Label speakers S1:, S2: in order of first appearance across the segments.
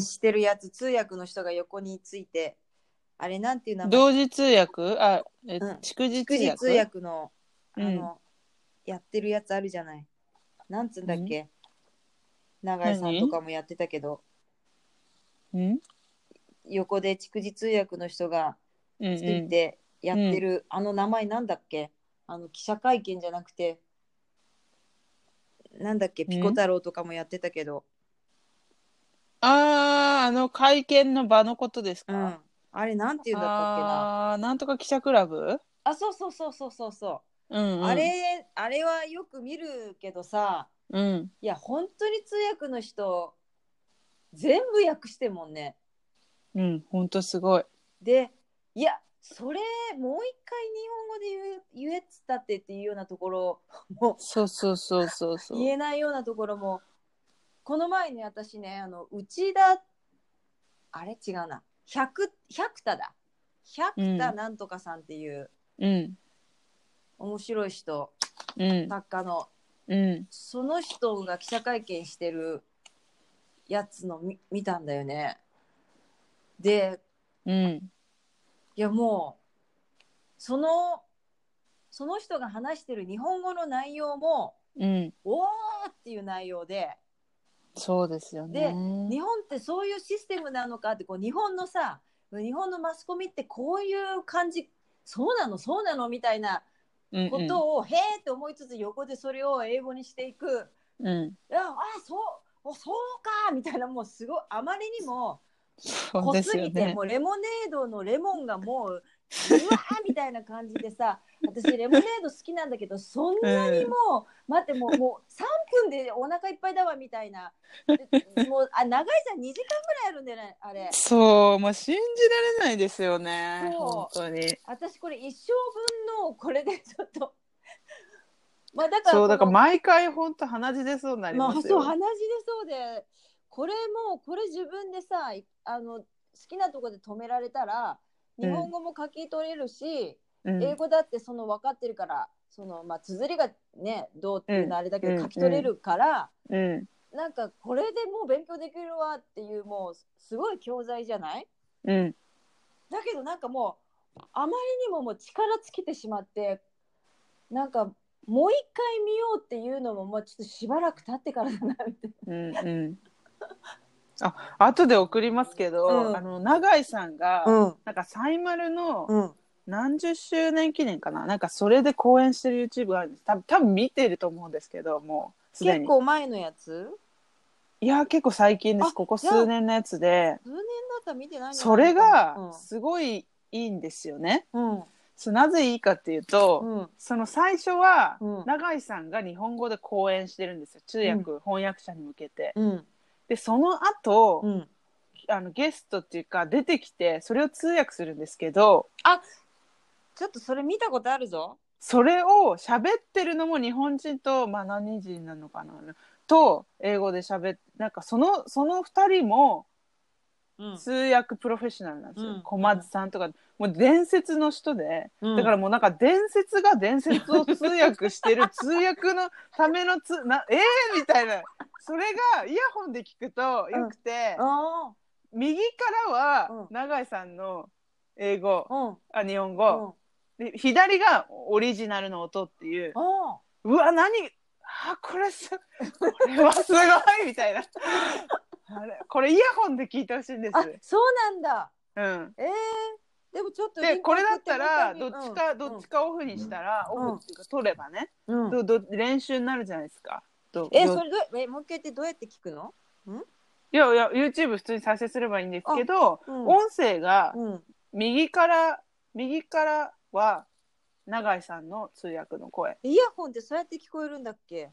S1: してるやつ通訳の人が横についてあれなんていう名前
S2: 同時通訳あ、え
S1: うん
S2: 祝日通
S1: 祝日
S2: 訳
S1: 通訳のあ
S2: うん
S1: の、やってるやつあるじゃないなんつうんだっけ、永井さんとかもやってたけど
S2: うん
S1: 横で祝日通訳の人が
S2: うん
S1: ついてやってる、あの名前なんだっけあの記者会見じゃなくてなんだっけピコ太郎とかもやってたけど、
S2: あああの会見の場のことです
S1: う
S2: か、
S1: んあれなんていうんだったっけなあ
S2: ああーなんとか記者クラブ、
S1: そうそうそうそうそうそ
S2: うん
S1: う、
S2: うん、
S1: あれあれはよく見るけどさ
S2: うん
S1: いや本当に通訳の人全部訳してんもんね
S2: うんほんとすごい
S1: でいやそれもう一回日本語で言う言えっつったってっていうようなところも
S2: そうそうそうそうそう
S1: 言えないようなところもこの前ね私ねあの内田あれ違うな百百田だ百田なんとかさんっていう
S2: うん
S1: 面白い人、
S2: うん
S1: 作家の
S2: うん
S1: その人が記者会見してるやつの見見たんだよねで
S2: うん
S1: いやもうそのその人が話してる日本語の内容も
S2: うん
S1: おーっていう内容で
S2: そうですよね
S1: で日本ってそういうシステムなのかってこう日本のさ日本のマスコミってこういう感じそうなのそうなのみたいな
S2: うん
S1: こ
S2: うん
S1: とを、へーって思いつつ横でそれを英語にしていく
S2: うん
S1: ああそうおそうかみたいなもうすごいあまりにも
S2: そう
S1: 濃
S2: ですすよ
S1: ぎて
S2: ね
S1: もうレモネードのレモンがもううわーみたいな感じで さ私レモネード好きなんだけどそんなにもう、待ってもうもう3分でお腹いっぱいだわみたいなでもうあ長いさん2時間ぐらいあるんじゃないあれ
S2: そうもう信じられないですよね
S1: そう
S2: 本当に
S1: 私これ一生分のこれでちょっと まあだから
S2: そうだか
S1: こ
S2: ら
S1: の
S2: 毎回本当鼻血出そうになり
S1: まあ、
S2: ます
S1: そう
S2: よ、
S1: 鼻血でそうでこれもうこれ自分でさいあの好きなとこで止められたら
S2: う
S1: 日
S2: ん
S1: 本語も書き取れるし、
S2: うん
S1: 英語だってその分かってるからその、まあ、綴りがねどうっていうのあれだけ
S2: うん
S1: ど書き取れるから、
S2: うん
S1: なんかこれでもう勉強できるわっていうもうすごい教材じゃない
S2: うん
S1: だけどなんかもうあまりにももう力尽きてしまってなんかもう一回見ようっていうのももうちょっとしばらく経ってからだなみたいな。
S2: うんうんあ後で送りますけど、
S1: うん
S2: あの永井さんが、
S1: うん
S2: なんかサイマルの
S1: うん
S2: 何十周年記念かななんかそれで公演してる YouTube があるんです多分多分見てると思うんですけどもうすで
S1: 結
S2: に
S1: 構前のやつ
S2: いや結構最近で
S1: あ
S2: すここ数年のやつで
S1: 数年だったら見てないんじゃ
S2: そ
S1: ない
S2: れ
S1: のか
S2: がすごいいいんですよね。
S1: なうん
S2: そうなぜいいかっていうと、
S1: うん
S2: その最初は
S1: うん
S2: 永井さんが日本語で講演してるんですよ通訳、翻訳者に向けて。
S1: うん
S2: でその後、
S1: うん
S2: あのゲストっていうか出てきてそれを通訳するんですけど
S1: ちょっとそれ見たことあるぞ
S2: それを喋ってるのも日本人と、まあ、何人なのかなと英語で喋ってなんかそのその2人も
S1: うん
S2: 通訳プロフェッショナルなんですよ、
S1: うん
S2: 小松さんとかもう伝説の人で、
S1: うん
S2: だからもうなんか伝説が伝説を通訳して る通訳のためのつなえー、みたいなそれがイヤホンで聞くとよくて、
S1: あ
S2: 右からは
S1: うん
S2: 永井さんの英語、
S1: あうんうん
S2: あ日本語、で左がオリジナルの音っていう
S1: あ
S2: うわ何あこれすこれはすごいみたいなあれこれイヤホンで聞いてほしいんです
S1: ああそうなんだ
S2: うん
S1: えー、でもちょっと
S2: でこれだったら
S1: リ
S2: ど
S1: ン
S2: っ
S1: ク送
S2: ち
S1: て
S2: かどっちかオフにしたら
S1: うん
S2: オフっていうか取ればね
S1: うんうん
S2: どど練習になるじゃないですかど
S1: え
S2: ど
S1: それどうえもう一回言ってどうやって聞くの
S2: いやいや YouTube 普通に再生すればいいんですけど
S1: うん
S2: 音声が
S1: うん
S2: 右から右からは永井さんの通訳の声
S1: イヤホンってそうやって聞こえるんだっけ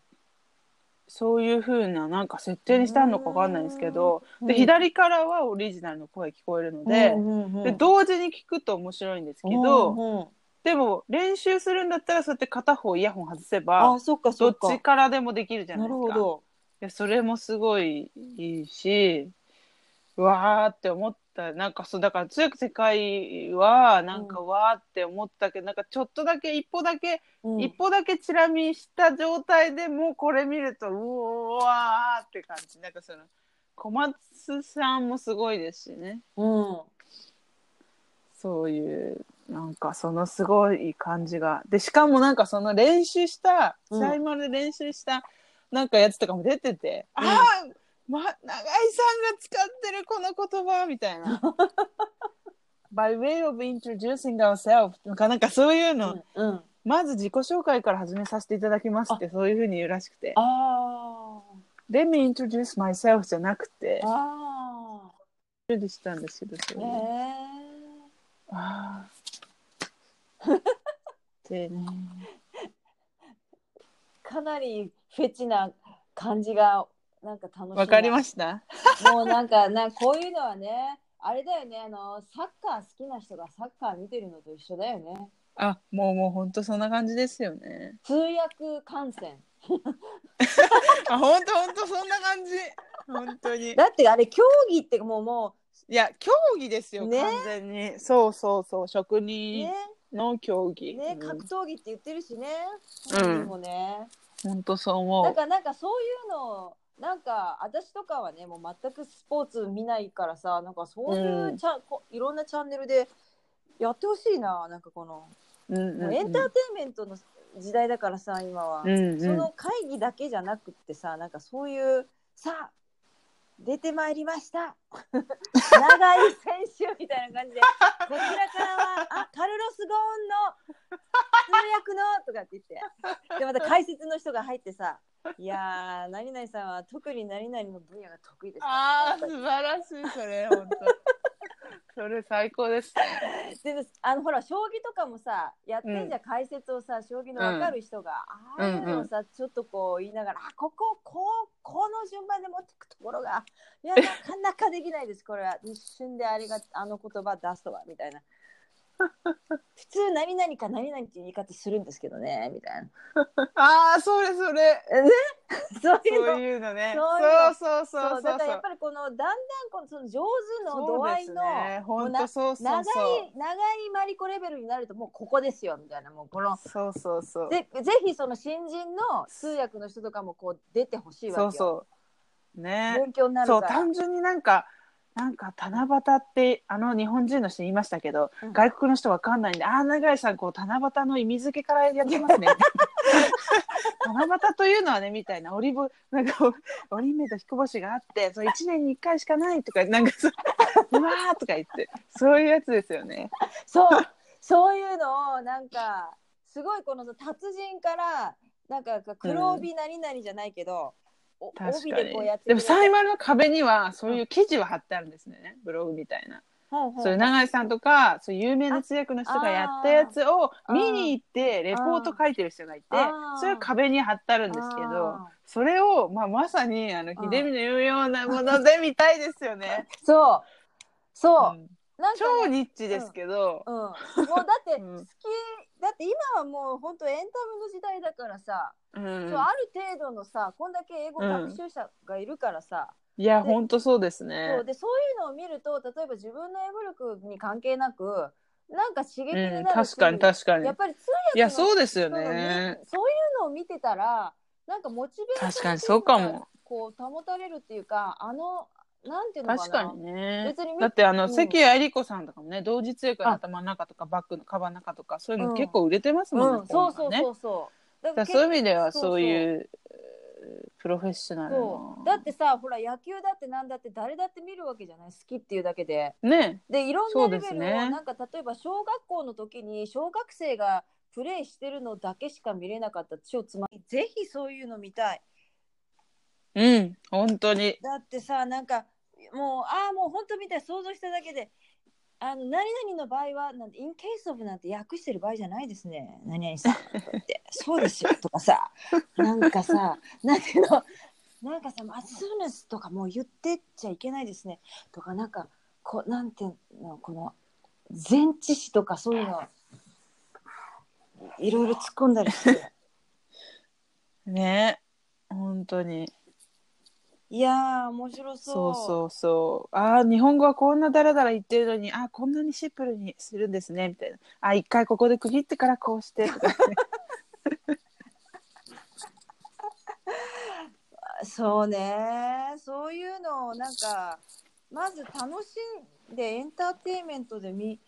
S2: そういう風ななんか設定にしたのかわかんないんですけどで
S1: うん
S2: 左からはオリジナルの声聞こえるので
S1: うんうんうん
S2: で同時に聞くと面白いんですけ
S1: うん
S2: ど
S1: うん
S2: でも練習するんだったらそうやって片方イヤホン外せば
S1: あそっかそ
S2: ど
S1: っ
S2: っ
S1: か
S2: ちからでもできるじゃな
S1: ない
S2: で
S1: るほ
S2: すか。
S1: ど
S2: いやそれもすごいいいしうわーって思ったなんかそうだから強く世界はなんか
S1: う
S2: わーって思ったけど、なんかちょっとだけ一歩だけ、
S1: うん
S2: 一歩だけチラ見した状態でもうこれ見るとうわーって感じなんかその小松さんもすごいですしね
S1: うん
S2: そういうなんかそのすごい感じがでしかもなんかその練習した
S1: うん
S2: 試合まで練習したなんかやつとかも出てて、
S1: うん
S2: ああ、ま、永井さんが使ってるこの言葉みたい な。By way of introducing ourselves とかなんかそういう
S1: う
S2: の、
S1: んうん
S2: まず自己紹介から始めさせていただきますってそういうふうに言うらしくて
S1: あ
S2: Let me introduce myself じゃなくて
S1: ああ
S2: 準備したんですけどそ
S1: あ
S2: れ
S1: へ
S2: あ ーでね
S1: えかなりフェチな感じがなんか楽しい
S2: わかりま
S1: し
S2: した
S1: たもうなんかなこういうのはねあれだよねあのサッカー好きな人がサッカー見てるのと一緒だよね
S2: あもうもうほんとそんな感じですよね
S1: 通訳観戦
S2: あほんとほんとそんな感じ本当 にい
S1: だってあれ競技ってもうも
S2: や競技ですよ、
S1: ね
S2: 完全にそうそうそう職
S1: う
S2: 人
S1: ね
S2: の競技、
S1: ね
S2: うん
S1: 格闘技って言ってるしね
S2: うん
S1: 本人もね
S2: ほんとそう
S1: だ
S2: 思
S1: からなんかそういうのなんか私とかはねもう全くスポーツ見ないからさなんかそういううんちゃ、ん、こいろんなチャンネルでやってほしいななんかこの、
S2: う、うんうん
S1: も
S2: う、
S1: うんエンターテインメントの時代だからさ今は、
S2: うん
S1: そ
S2: うん
S1: の会議だけじゃなくってさなんかそういうさあ出てまいりました長井選手みたいな感じでこちらからはあカルロス・ゴーンの通訳のとかって言ってでまた解説の人が入ってさいやー何々さんは特に何々の分野が得意です
S2: ああ
S1: やっぱり
S2: 素晴らしいそれ本当。 それ最高です。
S1: であのほら将棋とかもさやってんじゃん、解説をさ将棋の分かる人が、
S2: う
S1: あ
S2: ん
S1: あいうのをさちょっとこう言いながら「あこここうこの順番で持ってくところがいやなかなかできないですこれは一瞬であれがあの言葉出すとは」みた いな。普通何々か何々っていう言い方するんですけどねみたいな
S2: ああそれそれ。
S1: そういうの
S2: そういうのね。
S1: そういうの
S2: そうそう
S1: そ
S2: そうう
S1: だ
S2: そ
S1: か
S2: う
S1: ら
S2: そ
S1: やっ
S2: う。
S1: ぱりこのだんだんこのその上手の度
S2: そう
S1: 合
S2: で
S1: い
S2: す
S1: の
S2: ね。本当そう
S1: 長
S2: そう
S1: い
S2: そう。
S1: 長いマリコレベルになるともうここですよみたいなもうこの
S2: そうそうそう。
S1: でぜひその新人の通訳の人とかもこう出てほしいわけ
S2: そ
S1: よ。
S2: うそう。ね。
S1: 勉強にな
S2: そ
S1: る
S2: う
S1: から。
S2: 単純になんかなんか七夕ってあの日本人の人言いましたけど、
S1: うん
S2: 外国の人わかんないんでああ永井さんこう七夕の意味付けからやっ てますね七夕というのはねみたいな折りぼなんか折り目と彦星があってそう一年に一回しかないとかなんかそううわーとか言ってそういうやつですよね。
S1: そうそういうのをなんかすごいこの達人からなんか黒帯何々じゃないけど、お
S2: 確
S1: 帯
S2: か
S1: で
S2: に
S1: こうやって
S2: でもサイ
S1: 後
S2: マルの壁にはそういう記事は貼ってあるんですねブログみたいな。
S1: そ
S2: そういう永井さんとかそういう有名な通訳の人がやったやつを
S1: あー
S2: 見に行ってレポート書いてる人がいて
S1: あー
S2: それを壁に貼ってあるんですけどそれを、まあ、まさにあの
S1: ん
S2: 秀美の言うようなもので見たいですよね。
S1: そう そう、
S2: うん
S1: なんかね
S2: 超ニッチですけど、
S1: うん、もうだって好き、
S2: うん
S1: だって今はもう本当エンタメの時代だからさ、
S2: うん
S1: そうある程度のさこんだけ英語学習者がいるからさ、
S2: いや本当そうですね
S1: そう。でそういうのを見ると例えば自分の英語力に関係なくなんか刺激になるし、
S2: うん、確かに確かに
S1: やっぱり通
S2: い
S1: 訳の
S2: やそうですよ
S1: 人の
S2: ね
S1: 見そういうのを見てたらなんかモチベーション
S2: 確かにそうかも
S1: こう保たれるっていうかあのなんていうのか
S2: 確
S1: な
S2: かにね
S1: 別に見
S2: だってあの、
S1: うん
S2: 関谷えり子さんとかもね同時通訳の頭の中とかバッグのカバンの中とかそういうの結構売れてますもんね、
S1: うん、そうそう
S2: ね
S1: そうそうだ
S2: だからそういう意味では
S1: そう
S2: そういうえープロフェッショナル
S1: そう
S2: の
S1: だってさほら野球だってなんだって誰だって見るわけじゃない好きっていうだけで。
S2: ね
S1: でいろ
S2: そ
S1: ん
S2: う
S1: なレ
S2: で
S1: ベ
S2: す
S1: ルを、
S2: ね
S1: なんか例えば小学校の時に小学生がプレイしてるのだけしか見れなかった超つまりぜひそういうの見たい
S2: うん本当に
S1: だってさなんかもうああもう本当見たい想像しただけであの何々の場合はなんて in case of なんて訳してる場合じゃないですね何々さんとかってそうですよとか さなんかさなんていうのなんかさ「as soon as」とかもう言ってっちゃいけないですねとかなんかこうなんていうのこの前置詞とかそういうのいいろいろ突っ込んだりして
S2: ね本当に
S1: いやー面白そ
S2: そううそうそうああ日本語はこんなダラダラ言ってるのにああこんなにシンプルにするんですねみたいなああ一回ここで区切ってからこ うしてとか
S1: そうねそういうのをなんかまず楽しんでエンターテインメントで見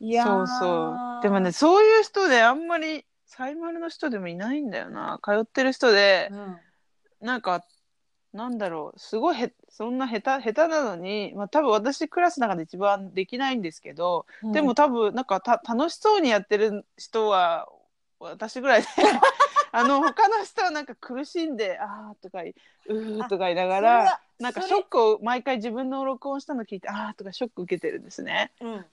S1: いや
S2: そ
S1: ー
S2: うそうでもねそういう人であんまりサイマルの人でもいないんだよな通ってる人で
S1: うん
S2: なんかなんだろうすごいへそんな下手下手なのに、まあ、多分私クラスの中で一番できないんですけど、
S1: うん
S2: でも多分なんかた楽しそうにやってる人は私ぐら いであの他の人はなんか苦しんで「あー」とか「うー」とか言いなが
S1: それ
S2: ら
S1: は
S2: なんか
S1: そ
S2: シ
S1: れ
S2: ョックを毎回自分の録音したの聞いて「あー」とかショック受けてるんですね。
S1: うんうん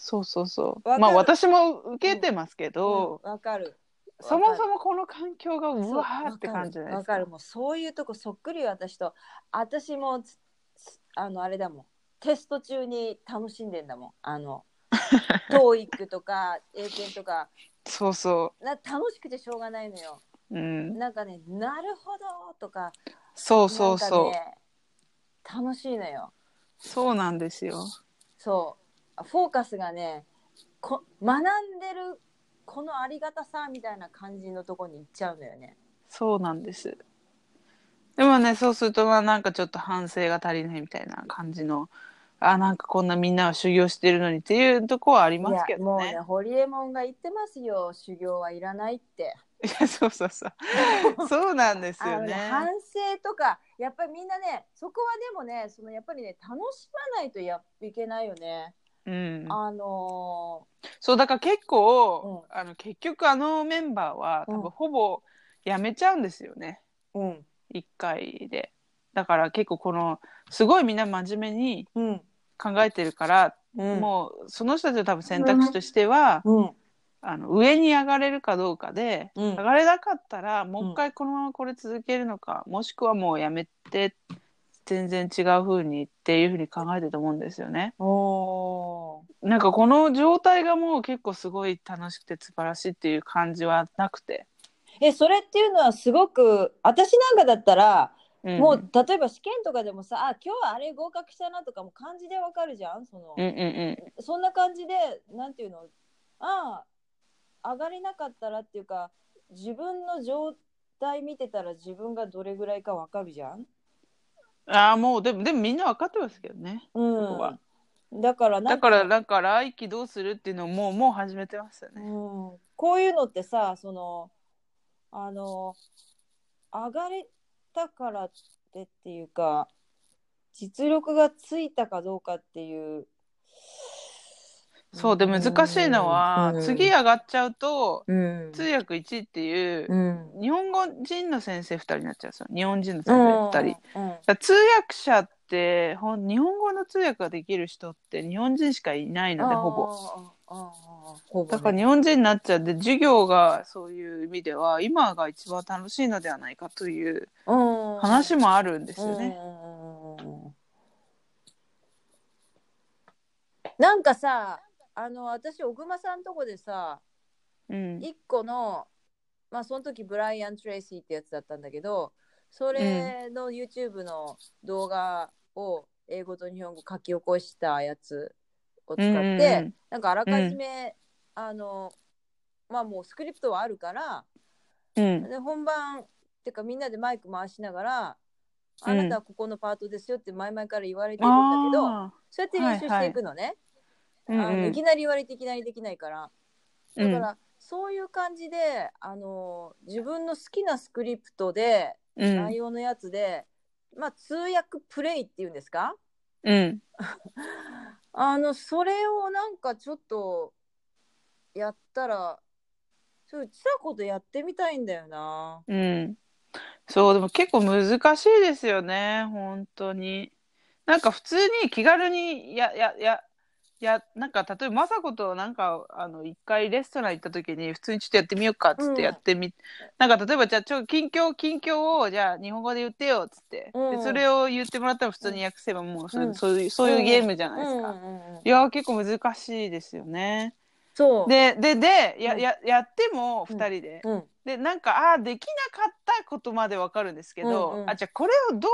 S2: そうそうそう
S1: わかる
S2: まあ私も受けてますけど、
S1: わかる
S2: そも
S1: わか
S2: そ
S1: る
S2: もこの環境がう
S1: そう
S2: わーって感じじゃないで
S1: わ
S2: すか。
S1: かるもうそういうとこそっくりよ私と私もつつあのあれだもんテスト中に楽しんでんだもんあ の TOEIC とか英検とか
S2: そうそ
S1: な楽しくてしょうがないのよ
S2: う、うん、
S1: なんかねなるほどとか
S2: そうそうそ
S1: な
S2: う、
S1: んかね楽しいのよ
S2: そうなんですよ。
S1: そうフォーカスがねこ学んでるこのありがたさみたいな感じのとこに行っちゃうのよね
S2: そうなんです。でもね、そうすると、まあ、なんかちょっと反省が足りないみたいな感じの。あ、なんかこんなみんなは修行してるのにっていうとこはあります
S1: い
S2: け
S1: やも
S2: ど
S1: う
S2: ね
S1: ね。ホリエモンが言ってますよ修行はいらないって
S2: いや、 そうそうそ う。そうなんです
S1: あ
S2: よ
S1: のね
S2: ね。
S1: 反省とかやっぱりみんなねそこはでもねそのやっぱりね楽しまないとやいけないよね、
S2: うん。
S1: あの
S2: そう、だから結構、
S1: う
S2: あの、結局あのメンバーは、多
S1: うん
S2: 分ほぼやめちゃうんですよね。
S1: ーうん
S2: 一回で。だから結構この、すごいみんな真面目に
S1: うん
S2: 考えてるから、
S1: うん
S2: もう、その人たちの多分選択肢としては、
S1: うん
S2: あの上に上がれるかどうかで、
S1: うん
S2: 上がれなかったらもう一回このままこれ続けるのか、もしくはもうやめて全然違う風にっていう風に考えてると思うんですよね。
S1: おー
S2: なんかこの状態がもう結構すごい楽しくて素晴らしいっていう感じはなくて、
S1: えそれっていうのはすごく私なんかだったら、
S2: うん
S1: もう例えば試験とかでもさあ今日はあれ合格したなとかも漢字でわかるじゃんその、
S2: うんうんうん
S1: そんな感じでなんていうのああ上がれなかったらっていうか自分の状態見てたら自分がどれぐらいかわかるじゃん。
S2: ああもうでもでもみんな分かってますけどねそこは
S1: うん、だからな
S2: だ
S1: んか
S2: からなんか来期どうするっていうのをもうもう始めてますよ
S1: う
S2: ね。
S1: ん、こういうのってさそのあの上がれたからってっていうか実力がついたかどうかっていう。
S2: そうで難しいのは、
S1: うん
S2: 次上がっちゃうと
S1: うん
S2: 通訳1っていう、
S1: うん
S2: 日本語人の先生2人になっちゃうんですよ日本人の先生2人、だか
S1: うんうん
S2: ら通訳者ってほん日本語の通訳ができる人って日本人しかいないのでほ
S1: ぼ。
S2: ぼ
S1: ほぼね
S2: だから日本人になっちゃって授業がそういう意味では今が一番楽しいのではないかという
S1: うん
S2: 話
S1: で
S2: もあるんですよね、
S1: ね。なんかさあの私小熊さんとこでさ
S2: うん
S1: 一個のまあその時ブライアン・トレイシーってやつだったんだけどそれの YouTube の動画を英語と日本語書き起こしたやつを使って、
S2: うんうんうん
S1: なんかあらかじめ、あのまあもうスクリプトはあるから、
S2: うん
S1: で本番っていうかみんなでマイク回しながら、
S2: うん
S1: あなたはここのパートですよって前々から言われてるんだけど
S2: あ
S1: そうやって練習していくのね、
S2: ーうん
S1: あの
S2: う
S1: い
S2: ん
S1: きなり言われていきなりできないから
S2: う
S1: だ
S2: ん
S1: から、そういう感じであの自分の好きなスクリプトで、
S2: うん
S1: 内容のやつで、まあ、通訳プレイっていうんですか
S2: うん
S1: あのそれをなんかちょっとやったらちょうちらことやってみたいんだよな。
S2: うんそうでも結構難しいですよね本当になんか普通に気軽にややややなんか例えば雅子となんかあの一回レストラン行った時に普通にちょっとやってみようかっつっ
S1: うん
S2: てやってみ、なんか例えばじゃあちょ近況近況をじゃあ日本語で言ってよっつって、
S1: うん
S2: でそれを言ってもらったら普通に訳せばもうそ,、
S1: うん
S2: そういうそういうゲームじゃないですか、
S1: うんうんうん
S2: いやー結構難しいですよね
S1: そう
S2: でででや,、
S1: うん
S2: ややっても2人で、
S1: うん
S2: でなんかあーできなかったことまでわかるんですけど、
S1: うんうん
S2: あじゃあこれをどうど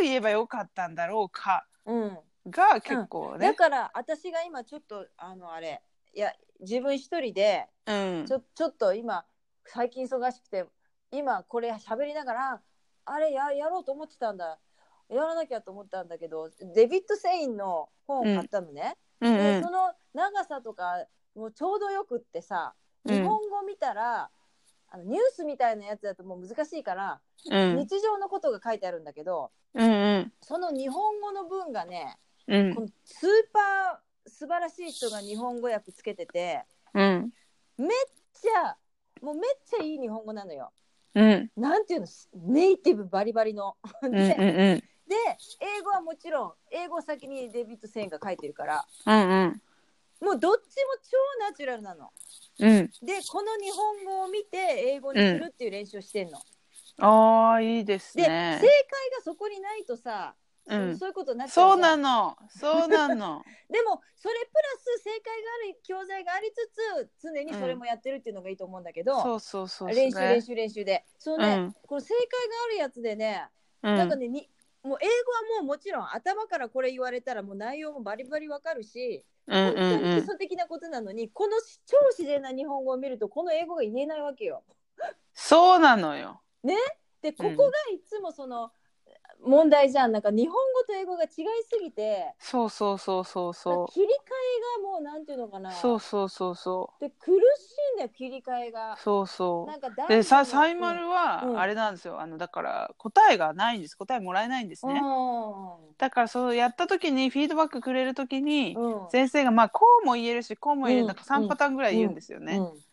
S2: う言えばよかったんだろうか
S1: うん、
S2: が結構
S1: だ
S2: ね、
S1: から私が今ちょっとあのあれいや自分一人で
S2: うん
S1: ちょちょっと今最近忙しくて今これ喋りながらあれややろうと思ってたんだやらなきゃと思ったんだけどデビッド・セインの本を買ったのね、
S2: うんう
S1: で
S2: ん
S1: その長さとかもうちょうどよくってさ
S2: うん
S1: 日本語見たら、あのニュースみたいなやつだともう難しいから、
S2: うん
S1: 日常のことが書いてあるんだけど
S2: うん
S1: その日本語の文がね、
S2: うん
S1: このスーパー素晴らしい人が日本語訳つけてて
S2: うん
S1: じゃあもうめっちゃいい日本語なのよ。
S2: うん
S1: なんていうのネイティブバリバリの。で,、
S2: うんうんうんうん
S1: で英語はもちろん英語を先にデビッド・セインが書いてるから
S2: うん
S1: もうどっちも超ナチュラルなの。
S2: うん
S1: でこの日本語を見て英語にするっていう練習をしてんの。
S2: ああいいです
S1: で、
S2: ね
S1: 正解がそこにないとさ、
S2: うん
S1: そういうことになっちゃう
S2: そう
S1: じ
S2: な
S1: ゃん
S2: のそうなの
S1: でもそれプラス正解がある教材がありつつ常にそれもやってるっていうのがいいと思うんだけど、
S2: そうそうそう
S1: 練習練
S2: 習
S1: 習練習でそう
S2: う
S1: ね、
S2: ん
S1: この正解があるやつでね、
S2: う
S1: なんか
S2: ん
S1: ねにもう英語はもうもちろん頭からこれ言われたらもう内容もバリバリわかるし、
S2: うんう
S1: 本当に基
S2: ん
S1: 礎的なことなのにこの超自然な日本語を見るとこの英語が言えないわけよ。
S2: そうなのよ
S1: でここがいつもその問題じゃんなんか日本語と英語が違いすぎて
S2: そうそうそうそうそ
S1: 切り替えがもうなんていうのか
S2: う
S1: な
S2: そうそうそうそ
S1: で苦しいんだよ切り替えが
S2: う。そうそう
S1: なんか男女
S2: でさ
S1: の
S2: サイマ
S1: うん
S2: ル
S1: うん
S2: はあれなんですよ、あのだから答えがないんです答えもらえないんですね、だからそうやった時にフィードバックくれる時に、
S1: うんうん
S2: 先生がまあこうも言えるしこうも言える、
S1: うん
S2: なんか3パターンぐらい言うんですよね。
S1: うん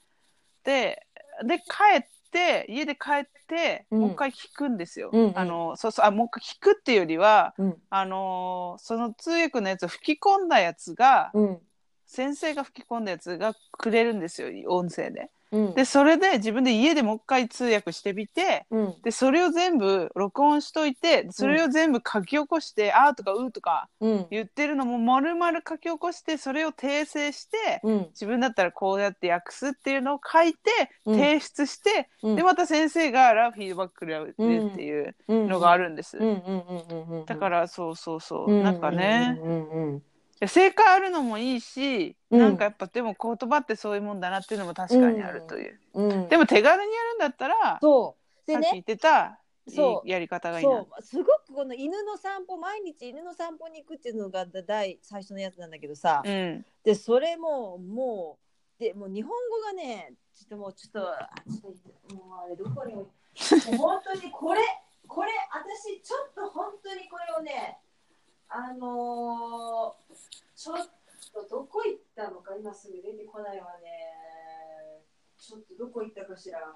S2: でで帰って家で帰って、
S1: うん
S2: もう一回聞くんですよ。
S1: うんうん
S2: あのそうそうあもう一回聞くっていうよりは
S1: うん
S2: あのーその通訳のやつを吹き込んだやつが、
S1: うん
S2: 先生が吹き込んだやつがくれるんですよ音声で。
S1: うん
S2: でそれで自分で家でもう一回通訳してみて。
S1: うん
S2: でそれを全部録音しといてそれを全部書き起こして「あ」とか「う」とか
S1: うん
S2: 言ってるのも丸々書き起こしてそれを訂正して
S1: うん
S2: 自分だったらこうやって訳すっていうのを書いて
S1: うん
S2: 提出して、
S1: うん
S2: でまた先生がラフィードバックるっていうのがあるんです、
S1: うんうんうんうんうんうん
S2: だからそうそうそう、
S1: う
S2: なんかね、
S1: うんうん
S2: いや正解あるのもいいし、
S1: うん
S2: なんかやっぱでも言葉ってそういうもんだなっていうのも確かにあるという、
S1: うんうん
S2: でも手軽にやるんだったら、
S1: そうで
S2: さっき言
S1: ね
S2: ってた
S1: そう
S2: やり方がいいな
S1: そうすごくこの犬の散歩毎日犬の散歩に行くっていうのが第最初のやつなんだけどさ、
S2: うん
S1: でそれももうでもう日本語がねちょっともうちょっとあちょっともうあれどこに置いもう本当にこれ これ私ちょっと本当にこれをねあのーちょっとどこ行ったのか今すぐ出てこないわねちょっとどこ行ったかしら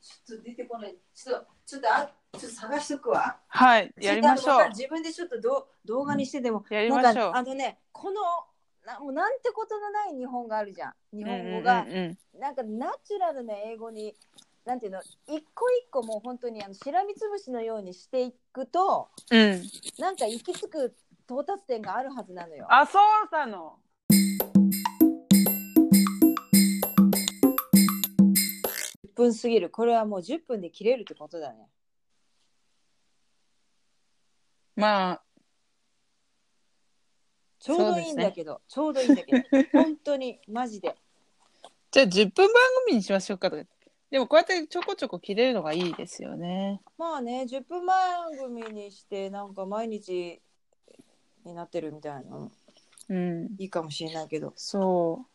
S1: ちょっと出てこないちょっとちょっとあちょっと探しとくわ
S2: はい、やりましょ
S1: わ
S2: う
S1: かる。自分でちょっとどう動画にしてでも
S2: やりましょ
S1: な
S2: う
S1: んかあのねこのなもうなんてことのない日本があるじゃん日
S2: 日
S1: 本語が、
S2: うんうん
S1: なんかナチュラルな英語になんていうの一個一個もう本当にあのしらみつぶしのようにしていくと
S2: うんうん
S1: なんか行き着く到達点があるはずなのよ。
S2: あ、そうなの。
S1: 10分過ぎるこれはもう10分で切れるってことだね。
S2: まあ、
S1: ちょうどいいんだけど、ちょうどいいんだけど 本当にマジで。
S2: じゃあ10分番組にしましょうかとか。でもこうやってちょこちょこ切れるのがいいですよね。
S1: まあね10分番組にしてなんか毎日になってるみたいなの
S2: うん、
S1: いいかもしれないけど。
S2: そう。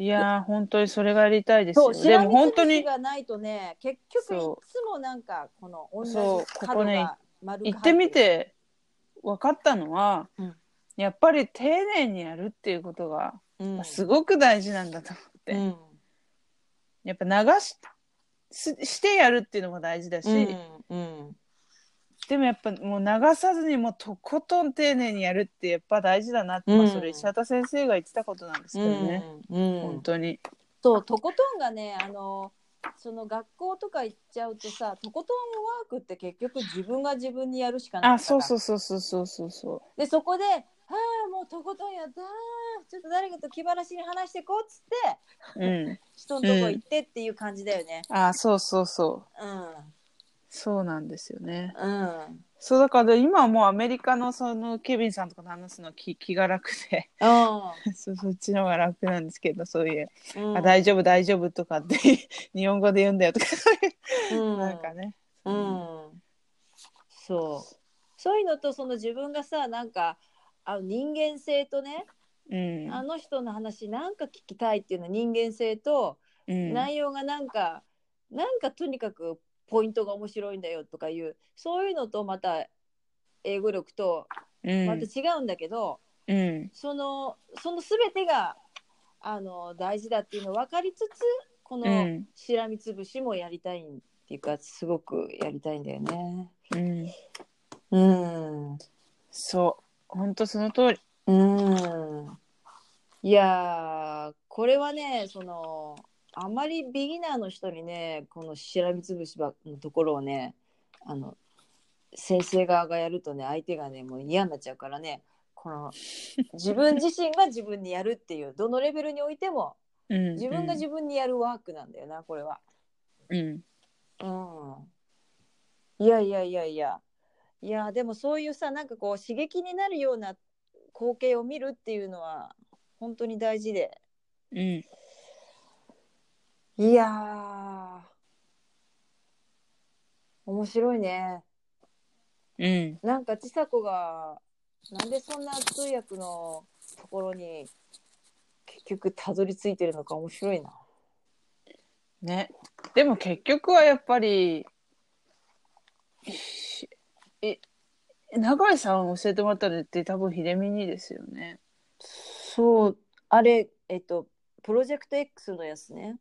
S2: いやー、本当にそれがやりたいです
S1: そ
S2: よ。
S1: う、
S2: でも本当
S1: 白身
S2: に
S1: がないとね、結局い
S2: そ
S1: つもなんかこの同じ
S2: そうこ
S1: 角
S2: こね
S1: が丸く
S2: 行ってみて分かったのは、
S1: うん
S2: やっぱり丁寧にやるっていうことが
S1: 入って
S2: すごく大事なんだと思って。
S1: る、うん、
S2: やっぱ流しすしてやるっていうのも大事だし、
S1: うん、うん、
S2: でもやっぱもう流さずにもうとことん丁寧にやるってやっぱ大事だなって、まあ
S1: うん
S2: それ石畑先生が言ってたことなんですけどね、
S1: うん、うん
S2: 本当に
S1: そう、とことんがね、あの。その学校とか行っちゃうとさ、とことんワークって結局自分が自分にやるしかないから。
S2: あそうそうそうそうそうそうそ
S1: でそこで「ああもうとことんやったちょっと誰かと気晴らしに話してこう」っつって
S2: ううん
S1: 人のとこ行ってっていう感じだよね。
S2: あそうそうそう
S1: うん
S2: そうなんですよね
S1: うん
S2: そうだから今はもうアメリカのそのケビンさんとかと話すの気気が楽で そうそっちの方が楽なんですけどそういう「
S1: うん
S2: あ大丈夫大丈夫」 とかって日本語で言うんだよとか
S1: うん
S2: なんかね、
S1: うんそうそういうのとその自分がさなんかあの人間性とね、
S2: うん
S1: あの人の話なんか聞きたいっていうのは人間性と、
S2: うん
S1: 内容がなんかなんかとにかくポイントが面白いんだよとかいうそういうのとまた英語力と
S2: うん
S1: また違うんだけど、
S2: うん
S1: そのその全てがあの大事だっていうのを分かりつつこ
S2: う
S1: の
S2: ん
S1: しらみつぶしもやりたいっていうかすごくやりたいんだよね。
S2: うん
S1: うん
S2: そう本当その通り
S1: うんいやーこれはねそのあまりビギナーの人にねこのしらみつぶしばのところをねあの先生側がやるとね相手がねもう嫌になっちゃうからねこの自分自身が自分にやるっていうどのレベルにおいても
S2: うん
S1: 自分が自分にやるワークなんだよなこれは。
S2: うん
S1: うん、いやいやいやいやいやでもそういうさなんかこう刺激になるような光景を見るっていうのは本当に大事で
S2: うん
S1: いやー面白いね
S2: うん
S1: なんかちさ子がなんでそんな通訳のところに結局たどり着いてるのか面白いな。
S2: ねでも結局はやっぱりひえ永井さんを教えてもらったのって多分秀美にですよね
S1: そうあれえっとプロジェクト X のやつね。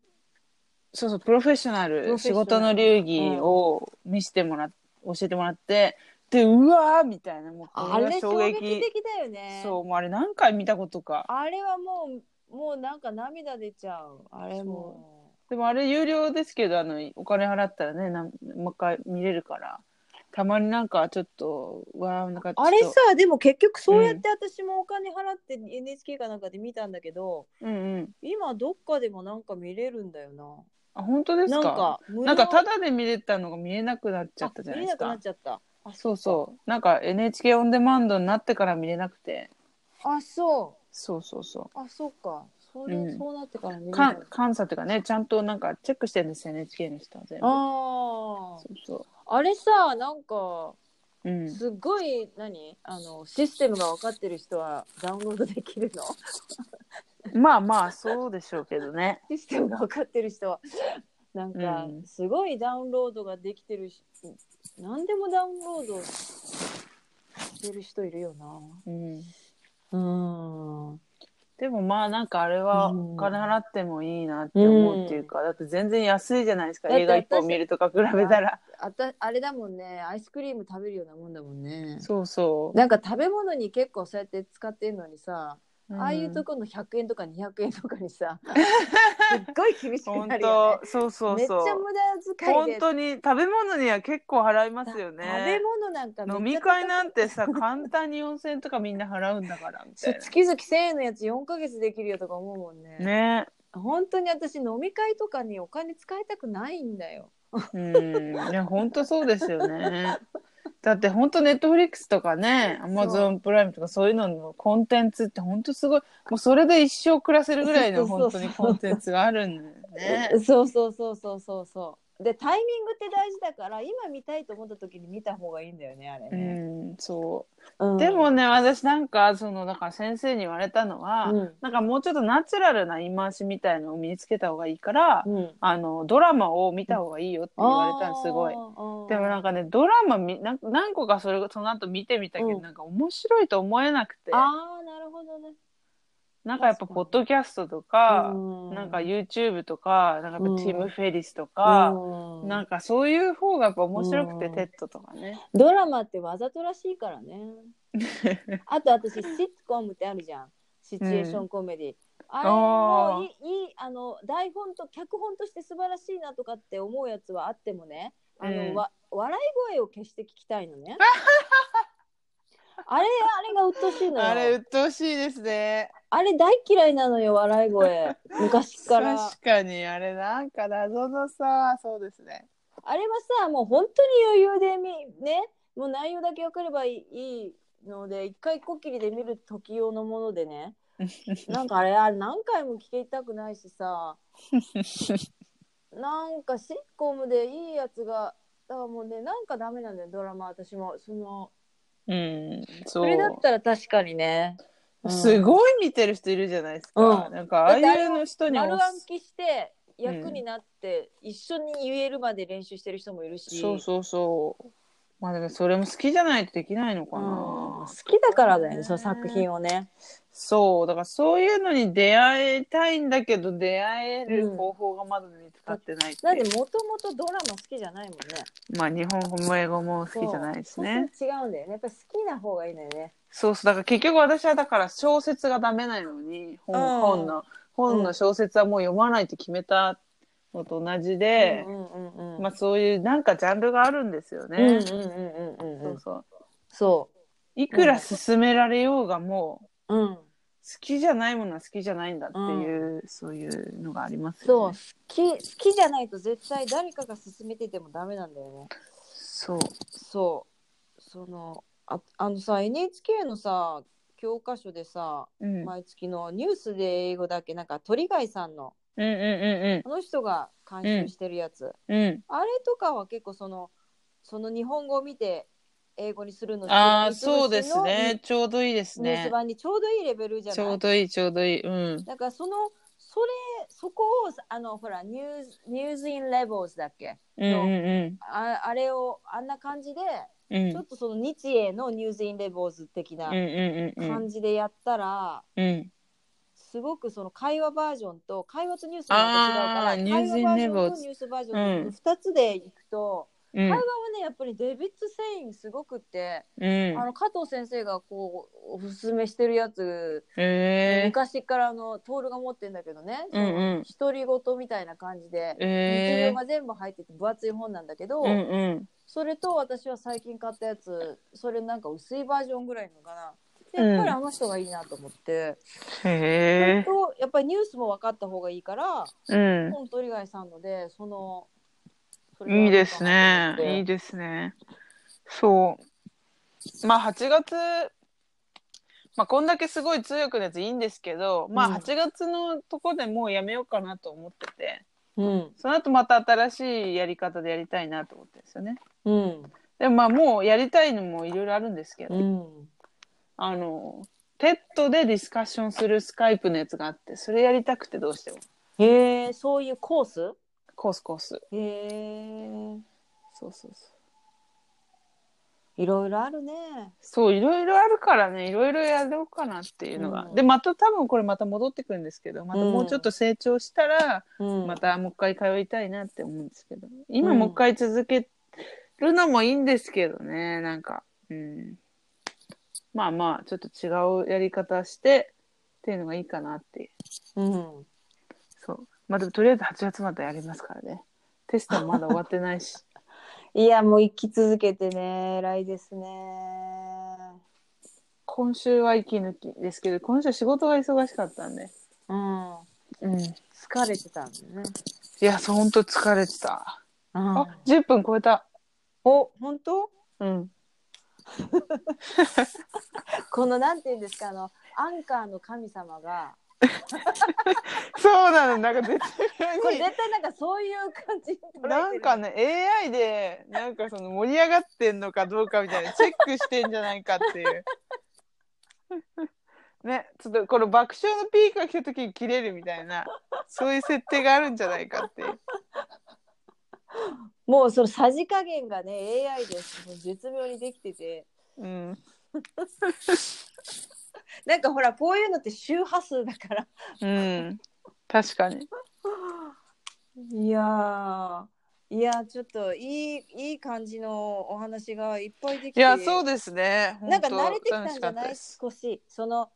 S2: そうそうプロフェッショナ
S1: プロ
S2: ル
S1: フェッショ
S2: 仕
S1: ナル
S2: 事の流儀を見せてもらっ教えてもらってでうわーみたいなもうこ
S1: あ
S2: れが
S1: れ
S2: 衝
S1: 衝
S2: 撃
S1: 撃的だよね。
S2: そうもうあれ何回見たことか
S1: あれはもう、もうなんか涙出ちゃう。あれも。
S2: でもあれ有料ですけどあのお金払ったらねなんもう一回見れるからたまになんかちょっとうわーなんかちょっと
S1: あれさ、でも結局そうやって私もお金払って NHK かなんかで見たんだけど、
S2: うんうん
S1: 今どっかでもなんか見れるんだよな。
S2: あ本当です
S1: な
S2: か
S1: んか、無料
S2: なんかただで見れたのが見えなくなっちゃったじゃないです
S1: あ見れなくな
S2: か
S1: っ。ちゃった。あ
S2: そうそう。なんか NHK オンデマンドになってから見れなくて。
S1: あ、そ。
S2: そうそうそう
S1: あ、そうか。それ、
S2: うん
S1: そうなってから見
S2: う。
S1: れ
S2: か
S1: た
S2: ん監査というかね、ちゃんとなんかチェックしてるんですよ、NHK の人は全部。
S1: あ
S2: そうそ
S1: あ。あれさ、なんか、
S2: う。うん。
S1: すっごい、何あの、システムが分かってる人はダウンロードできるの
S2: まあまあ、そうでしょうけどね。
S1: システムが分かってる人は なんか
S2: うん
S1: すごいダウンロードができてるし、何でもダウンロードしてる人いるよ
S2: うん。
S1: なうん
S2: でもまあなんかあれは
S1: うん
S2: お金払ってもいいなって思うっていうか、だって全然安いじゃないですか。
S1: だって
S2: 映画一本見るとか比べたら。
S1: あたあれだもんねアイスクリーム食べるようなもんだもんね
S2: そうそ
S1: なんか食べ物に結構そうやって使ってんのにさ、
S2: う。
S1: ああいうとこの100円とか200円とかに さすっごい厳しく
S2: 本
S1: なるよね
S2: 当、そうそうそう。
S1: めっちゃ無駄遣い
S2: 本
S1: で
S2: 当に食べ物には結構払いますよね
S1: 食べ物なんかめっちゃ
S2: 飲み会なんてさ簡単に4000とかみんな払うんだからみた
S1: そう
S2: い
S1: 月々1000円のやつ4ヶ月できるよとか思うもんね
S2: なね
S1: 本当に私飲み会とかにお金使いたくないんだよ。
S2: うんいや本当そうですよねだって本当ネットフリックスとかねアマゾンプライムとかそういうののコンテンツって本当すごいもうそれで一生暮らせるぐらいの
S1: そう
S2: 本
S1: そ
S2: 当
S1: うそう
S2: にコンテンツがあるんだよね
S1: そうそうそうそうそうそう。でタイミングって大事だから今見たいと思った時に見た方がいいんだよねあれ
S2: う
S1: ね。
S2: んそううんでもね私なんかそのだから先生に言われたのは、
S1: うん
S2: なんかもうちょっとナチュラルな言い回しみたいのを身につけた方がいいから、
S1: うん、
S2: あのドラマを見た方がいいよって言われたのすごい。でもなん
S1: か
S2: かねドラマみなん何個かそれその後見てみたけど、
S1: うん
S2: なんか面白いと思えなくて
S1: あーなるほどね。
S2: なんかやっ
S1: 確
S2: ぱ
S1: かに
S2: ポッドキャストとか、
S1: う
S2: なんか YouTube とかなんかやっぱティム・フェリスとか、
S1: うん
S2: なんかそういう方がやっぱ面白くて、
S1: うん
S2: テッドとかね。
S1: ドラマってわざとらしいからね。 あと私シットコムってあるじゃんシチュエーションコメディ、あれもいいいいあの台本と脚本として素晴らしいなとかって思うやつはあってもねあの、
S2: うん
S1: わ笑い声を消して聞きたいの ねあれあれが鬱陶しいのよ
S2: あ
S1: あ
S2: れ
S1: れ
S2: 鬱陶しいですね
S1: 大嫌いなのよ笑い声昔から
S2: 確かにあれなんか謎のさそうですね
S1: あれはさもう本当に余裕でみねもう内容だけ分かればいいいいので一回こっきりで見る時用のもので ねなんかあれあれ何回も聞きたく ないしさなんかシッコムでいいやつがだからもうねなんかダメなんだよドラマ私もその
S2: うん、
S1: そ
S2: そ
S1: れだっ
S2: う。
S1: たら確かにね、うん
S2: すごい見てる人いるじゃないですか。
S1: うん
S2: なんか、ああいうの人にお
S1: 丸
S2: す
S1: 暗記して役になって一緒に言えるまで練習してる人もいるし、
S2: そうそうそう。まあでもそれも好きじゃないとできないのか
S1: うん
S2: な
S1: 好。きだからだよ
S2: ね
S1: ねその作品をね
S2: そう、だからそういうのに出会いたいんだけど、出会える方法がまだ見つかってないって
S1: だって
S2: いう。
S1: もともとドラマ好きじゃないもんね
S2: まあ日本語も英語も好きじゃないですね。
S1: そう違うんだよねやっぱり好きな方がいいのよね
S2: そうそう、だから結局私はだから小説がダメなのに、本,、
S1: うん
S2: 本の、本の小説はもう読まないって決めたのと同じで、
S1: うんうんうんうん
S2: まあそういうなんかジャンルがあるんですよ
S1: うんうん
S2: ね。
S1: うんうんう
S2: そ
S1: ん
S2: うそう。
S1: そ
S2: いくら勧められようがもう、
S1: ううん
S2: 好きじゃないものは好きじゃないんだっていう、そういうのがあります
S1: そ
S2: よ
S1: う好
S2: ね。
S1: き好きじゃないと絶対誰かが勧めててもダメなんだよね
S2: そう。
S1: そうそのああのさ NHK のさ教科書でさ
S2: うん。うん
S1: 毎月のニュースで英語だっけなんか鳥貝さんの
S2: うんう
S1: あの人が監修してるやつ、
S2: んうん。うん。
S1: あれとかは結構そのその日本語を見て英語にするの
S2: ああ、
S1: 日本
S2: そ
S1: 語
S2: う
S1: に
S2: ですす
S1: るの
S2: ね。ちょうどいいです
S1: ニュース
S2: ね。
S1: 版にちょうどいいレベルじゃ
S2: ち
S1: な
S2: ょう
S1: い
S2: どいい、ちょうどいい。うん。
S1: だからそのそれそこをあのほらニュースニューズインレボーズだっけ
S2: うんうん
S1: ああれをあんな感じで、
S2: うん。うん。
S1: ちょっとその日英のニューズインレボーズ的な
S2: うんうんうん
S1: 感じでやったら、
S2: うん。うん。
S1: すごくその会話バージョンと会話とニュースが
S2: あー
S1: 違うから
S2: ニューズ
S1: 会話
S2: イン
S1: バージ
S2: レボ
S1: ョ
S2: ー
S1: ンと
S2: ズ
S1: ニュースバージョン
S2: う
S1: と
S2: ん
S1: 2つでいくと、
S2: うん
S1: 会話はねやっぱりデビッド・セインすごくって、
S2: うん
S1: あの加藤先生がこうおすすめしてるやつ、
S2: えー
S1: 昔からあのトールが持ってんだけどね、
S2: うんうん
S1: その独り言みたいな感じで。日
S2: え
S1: 常が全部入ってて分厚い本なんだけど、
S2: ーうんうん
S1: それと私は最近買ったやつそれなんか薄いバージョンぐらいのかなで
S2: うん
S1: やっぱりあの人がいいなと思って、
S2: へえ
S1: 本当やっぱりニュースも分かった方がいいから、
S2: うん
S1: 本鳥貝さんのでそのそれが
S2: いいですね
S1: あるかなと思って
S2: いいですねそうまあ8月まあこんだけすごい通訳のやついいんですけどま
S1: うん
S2: あ8月のとこでもうやめようかなと思ってて
S1: うん
S2: その後また新しいやり方でやりたいなと思ってるんですよね
S1: うん
S2: でもまあもうやりたいのもいろいろあるんですけど
S1: うん
S2: あの、テッドでディスカッションするスカイプのやつがあって、それやりたくてどうしても。
S1: へえそういうコース
S2: コースコース。
S1: へえ
S2: そうそうそう。
S1: いろいろあるね
S2: そう、いろいろあるからね、いろいろやろうかなっていうのが。
S1: うん
S2: で、また多分これまた戻ってくるんですけど、またもうちょっと成長したら、
S1: うん
S2: またもう一回通いたいなって思うんですけど、今
S1: うん
S2: もう一回続けるのもいいんですけどね、なんか。うん。まあまあ、ちょっと違うやり方して、っていうのがいいかなっていう。
S1: うん
S2: そう。まあでもとりあえず8月までやりますからね。テストもまだ終わってないし。
S1: いやもう生き続けてね偉いですね
S2: 今週は息抜きですけど、今週仕事が忙しかったんで。
S1: うん
S2: うん。い
S1: 疲れてたんだよね
S2: や、そう、ほんと疲れてた。
S1: あ
S2: あ、10分超えた。
S1: お本当
S2: うん。
S1: このなんて言うんですかあのアンカーの神様が
S2: そうなの、なんか絶
S1: これ
S2: 妙に。
S1: 絶対なんかそういう感じに捉えてる
S2: なんかね、AI で、なんかその盛り上がってんのかどうかみたいな、チェックしてんじゃないかっ ていう。ね、ちょっとこの爆笑のピークが来た時に切れるみたいな、そういう設定があるんじゃないかっていう。
S1: もうそのさじ加減がね AI でもう絶妙にできてて
S2: うん。
S1: なんかほらこういうのって周波数だから
S2: うん。確かに。
S1: いやーいやーちょっといいいい感じのお話がいっぱいでき
S2: い
S1: て
S2: や、そうですね。
S1: なんか
S2: 本当
S1: 慣れてきたんじゃ
S2: 楽しかった
S1: ない
S2: です
S1: 少しその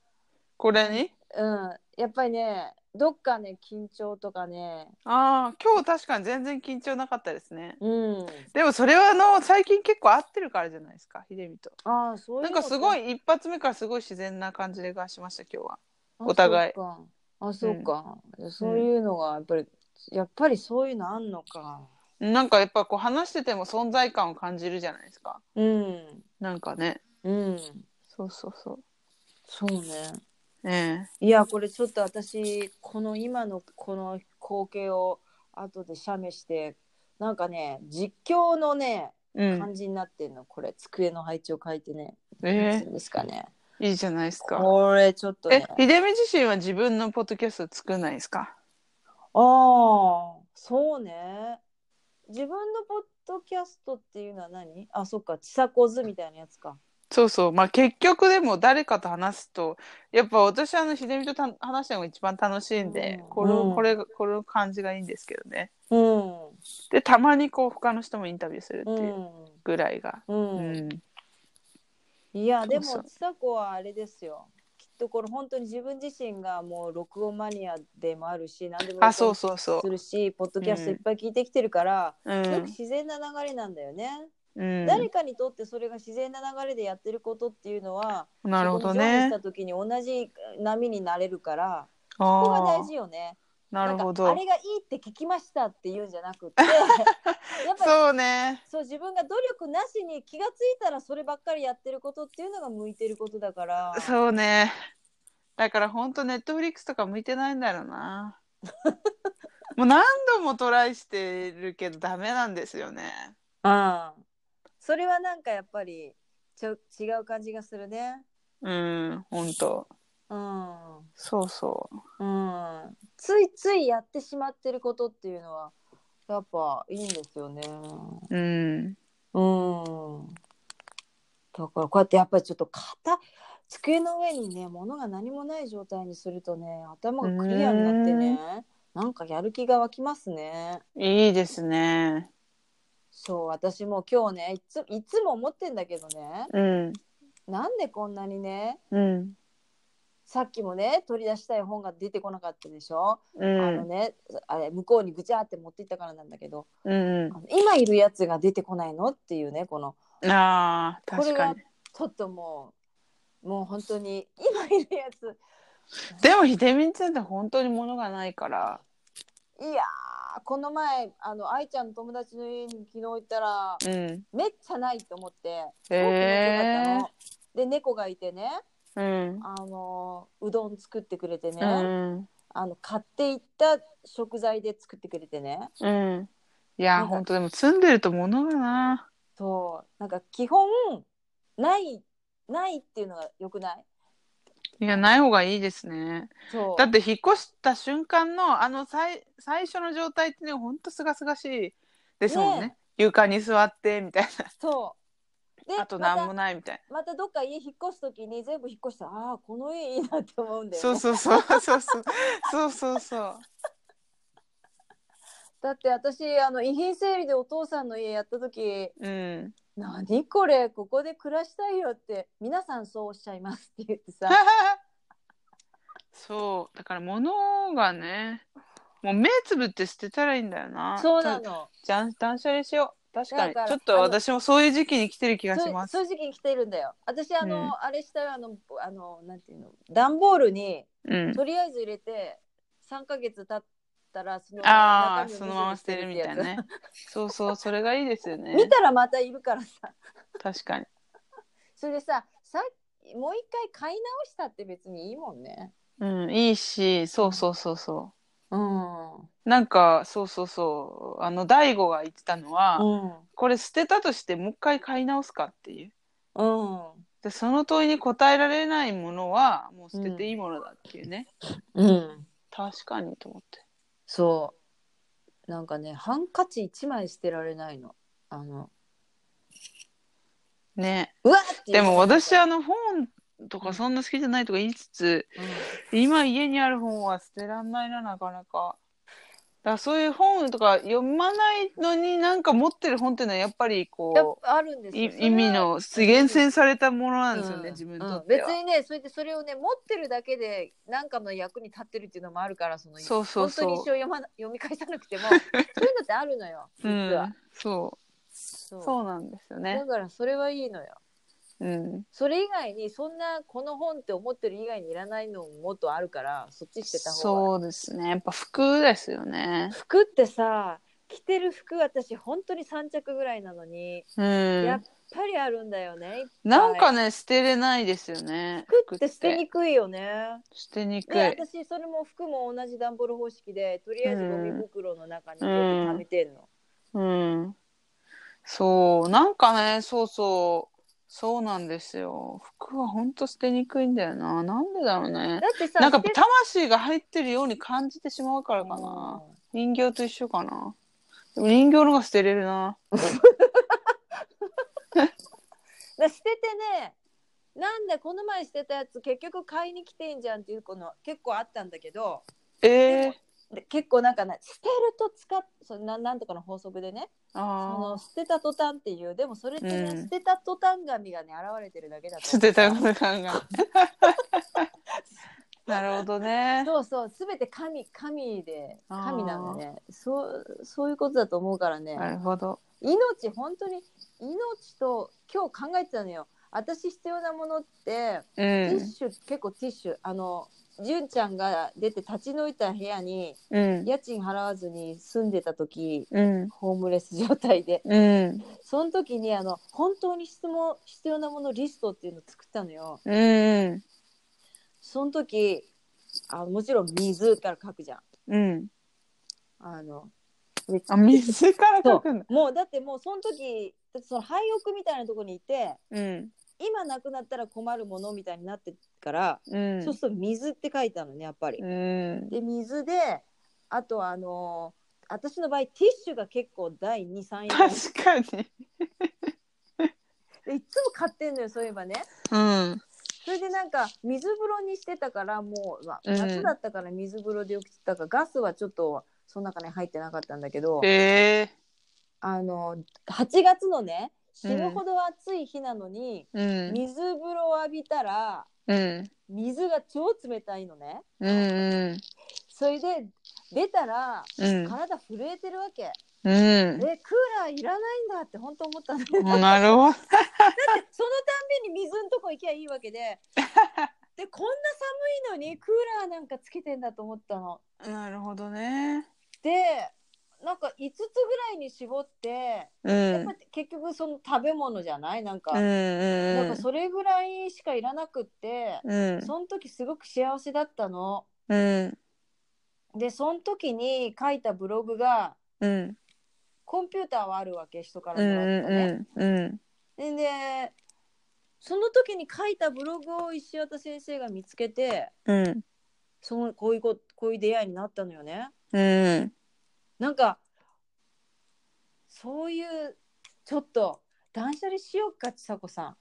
S2: これに
S1: うんやっぱりねどっかね緊張とかね
S2: ああ、今日確かに全然緊張なかったですね。
S1: うん
S2: でもそれはあの、最近結構合ってるからじゃないですか、秀美と。
S1: ああそういう
S2: なん
S1: の
S2: かすご
S1: あ
S2: い、一発目からすごい自然な感じがしました、今日は。
S1: そう
S2: お互い
S1: かあそうか、そういうのがやっぱりやっぱりそういうのあんのか
S2: なんかやっぱこう話してても存在感を感じるじゃないですか。
S1: うん
S2: なんかね。
S1: うん
S2: そうそうそう。
S1: そうね
S2: え
S1: いやこれちょっと私この今のこの光景を後で写メしてなんかね実況のね
S2: うん。
S1: 感じになってんの、これ机の配置を変えてね
S2: え
S1: いいんですかね
S2: えいいじゃないですか。
S1: これちょっと
S2: え
S1: ね、
S2: ひでみ自身は自分のポッドキャスト作んないですか
S1: ああそうね自分のポッドキャストっていうのは何あそっかちさこずみたいなやつか
S2: そうそう。まあ結局でも誰かと話すと、やっぱ私はあの、ひでみとた話したのが一番楽しいんで、
S1: うん
S2: これ、
S1: うん
S2: これ、これの感じがいいんですけどね。
S1: うん
S2: で、たまにこう、他の人もインタビューするって
S1: う
S2: いうんぐらいが。
S1: う、
S2: うんん。
S1: いやでも
S2: そうそう
S1: ちさ子はあれですよきっとこれ本当に自分自身がもう録音マニアでもあるし何でも
S2: あ、そう
S1: す
S2: そうそ
S1: るしポッドキャストいっぱい聞いてきてるから、
S2: う。う
S1: すごく
S2: ん。
S1: 自然な流れなんだよね、
S2: うん。
S1: 誰かにとってそれが自然な流れでやってることっていうのは
S2: なるほど
S1: そこにジョインし
S2: ね
S1: た。時に同じ波になれるから
S2: あ
S1: ここが大
S2: ー
S1: 事よね
S2: なるほ
S1: んか
S2: ど
S1: あ。れがいいって聞きましたって言うんじゃなくって やっぱり
S2: そうね。
S1: そう自分が努力なしに気がついたらそればっかりやってることっていうのが向いてることだから
S2: そうね。だから本当ネットフリックスとか向いてないんだろう な。もう何度もトライしてるけどダメなんですよね。
S1: ああそれはなんかやっぱりちょ違う感じがするね
S2: うん、本当。
S1: うん、うん、
S2: そうそう。
S1: ついついやってしまってることっていうのはやっぱいいんですよね
S2: うん。
S1: うんだからこうやってやっぱりちょっと肩机の上にね物が何もない状態にするとね頭がクリアになってねなんかやる気が湧きますね
S2: いいですね。
S1: そう私も今日ねいついつも思ってんだけどね
S2: うん。
S1: なんでこんなにね
S2: うん。
S1: さっきもね取り出したい本が出てこなかったでしょ、
S2: う
S1: あの
S2: ん。
S1: ねあれ向こうにぐちゃって持っていったからなんだけど
S2: うん
S1: あの今いるやつが出てこないのっていうねこの
S2: うん。ああ、
S1: これ
S2: 確か
S1: が
S2: に。
S1: ちょっともうもう本当に今いるやつ
S2: でも、ひでみんちゃんって本当に物がないから。
S1: いやーこの前あの愛ちゃんの友達の家に昨日行ったら
S2: うん。
S1: めっちゃないと思ってすごく面白かった
S2: え
S1: の。で猫がいてね
S2: えうん。
S1: あのうどん作ってくれてね、
S2: うん。
S1: あの買っていった食材で作ってくれてね
S2: うん。い
S1: なん
S2: や、
S1: か
S2: 本当でも住んでると物がな。
S1: そうなんか基本ないないっていうのがよくない
S2: いや、ない方がいいですね。
S1: そう
S2: だって引っ越した瞬間のあの最最初の状態ってねほんとすがすがしいですもんね
S1: ね
S2: 床に座ってみたい
S1: そうで
S2: なあと
S1: ま
S2: 何
S1: た
S2: もないみたい
S1: またどっか家引っ越す時に全部引っ越したらああこの家いいなって思うんだ
S2: な
S1: よ、ね、
S2: そうそうそうそうそうそうそうそう
S1: だって私あの遺品整理でお父さんの家やった時
S2: うん
S1: 「何これここで暮らしたいよ」って「皆さんそうおっしゃいます」って言って さ
S2: そうだから物がねもう目つぶって捨てたらいいんだよな
S1: そうな
S2: ちょ
S1: の
S2: じゃん断捨離しよう確か
S1: だ
S2: に
S1: から
S2: ちょっと私もそういう時期に来てる気がし
S1: そ
S2: ま
S1: う
S2: す
S1: そういう時期に来てるんだよ私あの、
S2: うん
S1: あれしたよあのあのなんていうの段ボールに
S2: うん
S1: とりあえず入れて3ヶ月経ったらその
S2: ああ
S1: 中身を
S2: そのまま捨てるみたいなねそうそうそれがいいですよ ね
S1: 見たらまたいるからさ
S2: 確かに
S1: それでささもう一回買い直したって別にいいもんね
S2: うんいいしそうそうそうそ
S1: うんうん
S2: うなんかそうそうそうあの大悟が言ってたのは、これ捨てたとしてもう一回買い直すかっていう
S1: うん
S2: でその問いに答えられないものはもう捨てていいものだっていうね、
S1: うん
S2: 確かにと思って
S1: そうなんかねハンカチ1枚捨てられないのあの
S2: ね
S1: うわっって
S2: でも私
S1: は、
S2: あの本とかそんな好きじゃないとか言いつつ
S1: うん
S2: 今家にある本は捨てらんないななかなか。だからそういう本とか読まないのになんか持ってる本っていうのはやっぱりこう
S1: やっぱあるんですよ
S2: い
S1: それは
S2: 意味の厳選されたものなんですよね、
S1: うん
S2: 自分にと
S1: う
S2: っ
S1: ん
S2: て
S1: 別
S2: は、
S1: にねそれでそれをね持ってるだけで何かの役に立ってるっていうのもあるからその
S2: そうそうそう
S1: 本当に一生読まな読み返さなく てもそういうのってあるのよ実は、
S2: うん、そう
S1: そ
S2: そうなんですよね
S1: だ、からそれはいいのよ
S2: うん、
S1: それ以外にそんなこの本って思ってる以外にいらないのももっとあるからそっちしてた方が
S2: そうですねやっぱ服ですよね
S1: 服ってさ着てる服私本当に3着ぐらいなのに
S2: う
S1: やっ
S2: ん
S1: ぱりあるんだよね
S2: なんかね捨てれないですよね
S1: 服って捨てにくいよね
S2: 捨てにくい、
S1: で私それも服も同じ段ボール方式でとりあえずゴミ袋の中に入れて貯めてんの、
S2: うん。そう、なんかね、そうそう、そうなんですよ。服はほんと捨てにくいんだよな。なんでだろうね。
S1: だってさ
S2: なんか
S1: 捨て
S2: 魂が入ってるように感じてしまうからかな。人形と一緒かな。でも人形のが捨てれるな。
S1: だ捨ててねなんだこの前捨てたやつ結局買いに来てんじゃんっていうこの結構あったんだけど
S2: え
S1: で
S2: え
S1: もで結構なんかな捨てると使っそのななんとかの法則でねそ
S2: あ
S1: の
S2: あ。
S1: 捨てた途端っていうでもそれってね、
S2: うん
S1: 捨てた途端神がね現れてるだけだと
S2: 捨てたこと感が。 なるほどね。
S1: そうそう全て神神で
S2: あー
S1: 神なんだねそうそういうことだと思うからね
S2: なるほど。
S1: 命本当に命と今日考えてたのよ私必要なものって
S2: う
S1: ティッ
S2: ん。
S1: シュ、結構ティッシュあの純ちゃんが出て立ち退いた部屋に
S2: うん。
S1: 家賃払わずに住んでた時
S2: うん。
S1: ホームレス状態で
S2: うん。
S1: その時にあの本当に質問必要なものリストっていうのを作ったのよ
S2: うん。
S1: その時あもちろん水から書くじゃん
S2: うん。
S1: あので
S2: あ、水から書くんだ。
S1: もうだってもうその時だってその廃屋みたいなとこにいて
S2: うん。
S1: 今なくなったら困るものみたいになってから、
S2: うん。
S1: そうすると水って書いたのねやっぱり。
S2: うん。
S1: で水であとはあのー私の場合ティッシュが結構第23位
S2: 確かに。
S1: でいつも買ってんのよそういえばね
S2: うん。
S1: それでなんか水風呂にしてたからもう、まあ
S2: うん
S1: 夏だったから水風呂でよくしてたからガスはちょっとその中に入ってなかったんだけど
S2: ええ
S1: あの8月のね死ぬほど暑い日なのに、
S2: うん。
S1: 水風呂を浴びたら
S2: うん。
S1: 水が超冷たいのね
S2: うん。
S1: それで出たら
S2: うん。
S1: 体震えてるわけ、
S2: うん。
S1: えクーラーいらないんだって本当思ったんだ よ
S2: うん。なるほど。
S1: そのたんびに水のとこ行きゃいいわけ ででこんな寒いのにクーラーなんかつけてんだと思ったの。
S2: なるほどね。
S1: でなんか5つぐらいに絞って、
S2: う
S1: やっ
S2: ん
S1: ぱ。結局その食べ物じゃないなんか、
S2: うん。
S1: なん
S2: う
S1: かそれぐらいしかいらなくって、
S2: ん。
S1: その時すごく幸せだったの。
S2: うん。
S1: でその時に書いたブログが
S2: うん。
S1: コンピューターはあるわけ人から
S2: う
S1: もらったね。
S2: ん。うん。
S1: ででその時に書いたブログを石渡先生が見つけて
S2: うん。
S1: そのこういうここういう出会いになったのよね。
S2: うん。
S1: なんかそういうちょっと断捨離しようかちさ子さん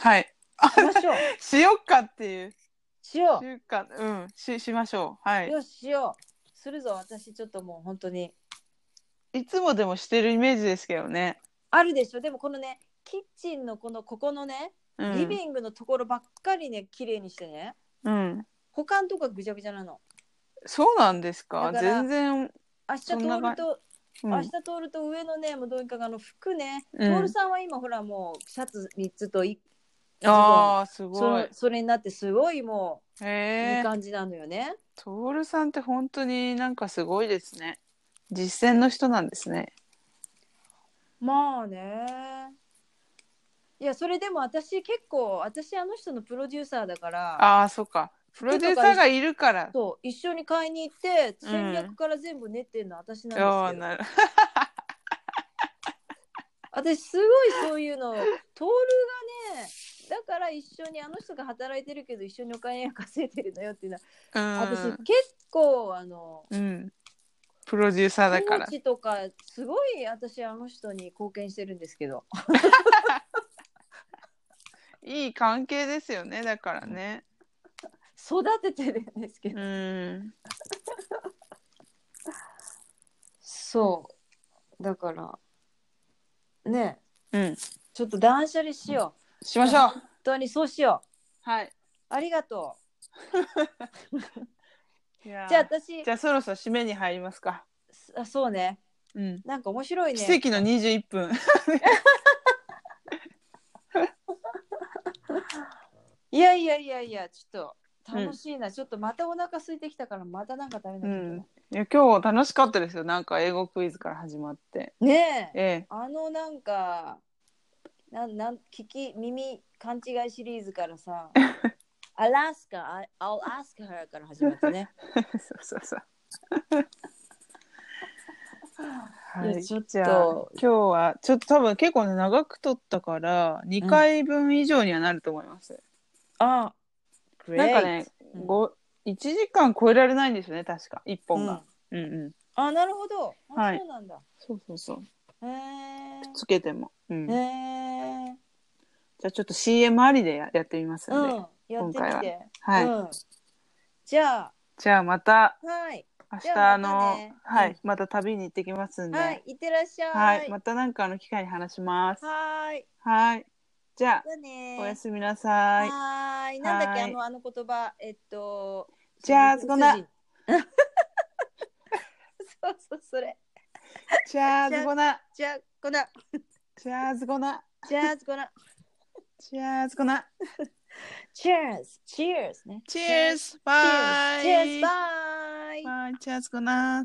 S2: はい。
S1: しましょう
S2: しよっかっていう。
S1: しよ
S2: しよっか。うん。し、しましょう。は
S1: う
S2: い。
S1: よししようするぞ私ちょっともう本当に
S2: いつもでもしてるイメージですけどね。
S1: あるでしょでもこのねキッチンのこのここのね
S2: う
S1: リ
S2: ん。
S1: ビングのところばっかりね綺麗にしてね
S2: うん。
S1: 他のとこはぐちゃぐちゃなの
S2: そうなんですか。
S1: だから
S2: 全然。
S1: 明日通
S2: そんな
S1: る
S2: が
S1: と
S2: う
S1: 明
S2: ん
S1: 日。通ると上のねもうどうにかがあの服ね、
S2: うん
S1: トールさんは今ほらもうシャツ3つとい
S2: ああ、す
S1: そ
S2: ごい
S1: の。それになってすごいも
S2: へ
S1: ういい
S2: え。
S1: 感じなのよね。
S2: トールさんって本当になんかすごいですね。実践の人なんですね。
S1: まあねいやそれでも私結構私あの人のプロデューサーだから
S2: ああ、そっか。プロデューサーがいるから。
S1: そう一緒に買いに行って
S2: うん
S1: 戦略から全部練ってるのは私なんです
S2: ああ、
S1: けど、
S2: なる。
S1: 私すごいそういうのトールがねだから一緒にあの人が働いてるけど一緒にお金を稼いでるのよっていうのは
S2: うん。
S1: 私結構あの
S2: うん。プロデューサーだ
S1: 気
S2: か
S1: 持
S2: ら。
S1: ちとかすごい私あの人に貢献してるんですけど
S2: いい関係ですよね。だからね。
S1: 育ててるんですけど、
S2: うん。
S1: そうだからね
S2: うん。
S1: ちょっと断捨離しよう
S2: しまし ょう。
S1: 本当にそうしよう
S2: はい。
S1: ありがと
S2: いや
S1: う
S2: ー
S1: じゃあ私
S2: じゃあそろそろ締めに入りますか。
S1: あそうね
S2: うん。
S1: なんか面白いね
S2: 奇跡の21分。
S1: いやいやいやいやちょっと楽しいな、ちょっとまたお腹空いてきたからまたなんか食べなき
S2: う
S1: ゃいけ
S2: ん。いや今日楽しかったですよ。なんか英語クイズから始まって。
S1: ない、ねえ
S2: ええ。
S1: あのなんかなんなん聞き耳勘違いシリーズから さアラスカ I'll ask her から始まってね
S2: そうそうそう。 はい
S3: やちょっと
S2: じゃあ今日はちょっと多分結構ね長く撮ったから2回分以上にはなると思います、
S3: あ
S2: なんかね、
S3: うん
S2: ご1時間超えられないんですよね確か1本が、うん、うん
S3: あなるほど
S1: あ
S2: はい
S1: そうなんだ。
S2: そうそうそう
S1: へえ。
S2: つけても、うん、
S1: へ
S2: じ
S1: え。
S2: ゃあちょっと CM ありでややってみますの
S1: う
S2: で、
S1: ん。やって
S2: 今
S1: み
S2: 回
S1: て。
S2: はい、
S1: うん。じゃあ、
S2: じゃあまた
S1: はい。
S2: 明
S1: じ
S2: 日
S1: ゃあ
S2: あ
S1: ま
S2: の
S1: たね
S2: は
S1: う
S2: いまた旅に行ってきますんで、
S1: はい。いってらっしゃ
S2: はい
S1: い。
S2: またなんかの機会に話します
S1: はーい。
S2: はいじゃあ
S1: じゃあね。
S2: おやすみなさい
S1: はーい。なんだっけ、
S2: はー
S1: あ
S2: い
S1: の、あの言葉、えっと。
S2: じゃあ
S1: そ
S2: そ
S1: の
S2: こな
S1: 羊そうそう、それ。
S2: チャーズゴナ
S1: じゃあ、こ な。
S2: チャーズゴナ
S1: じゃあ、こな。
S2: チャーズゴナ
S1: Cheers! Cheers! ね。
S2: Cheers!
S1: Cheers!
S2: Bye!
S1: Cheers! Bye!
S2: Bye! Cheers! ゴナ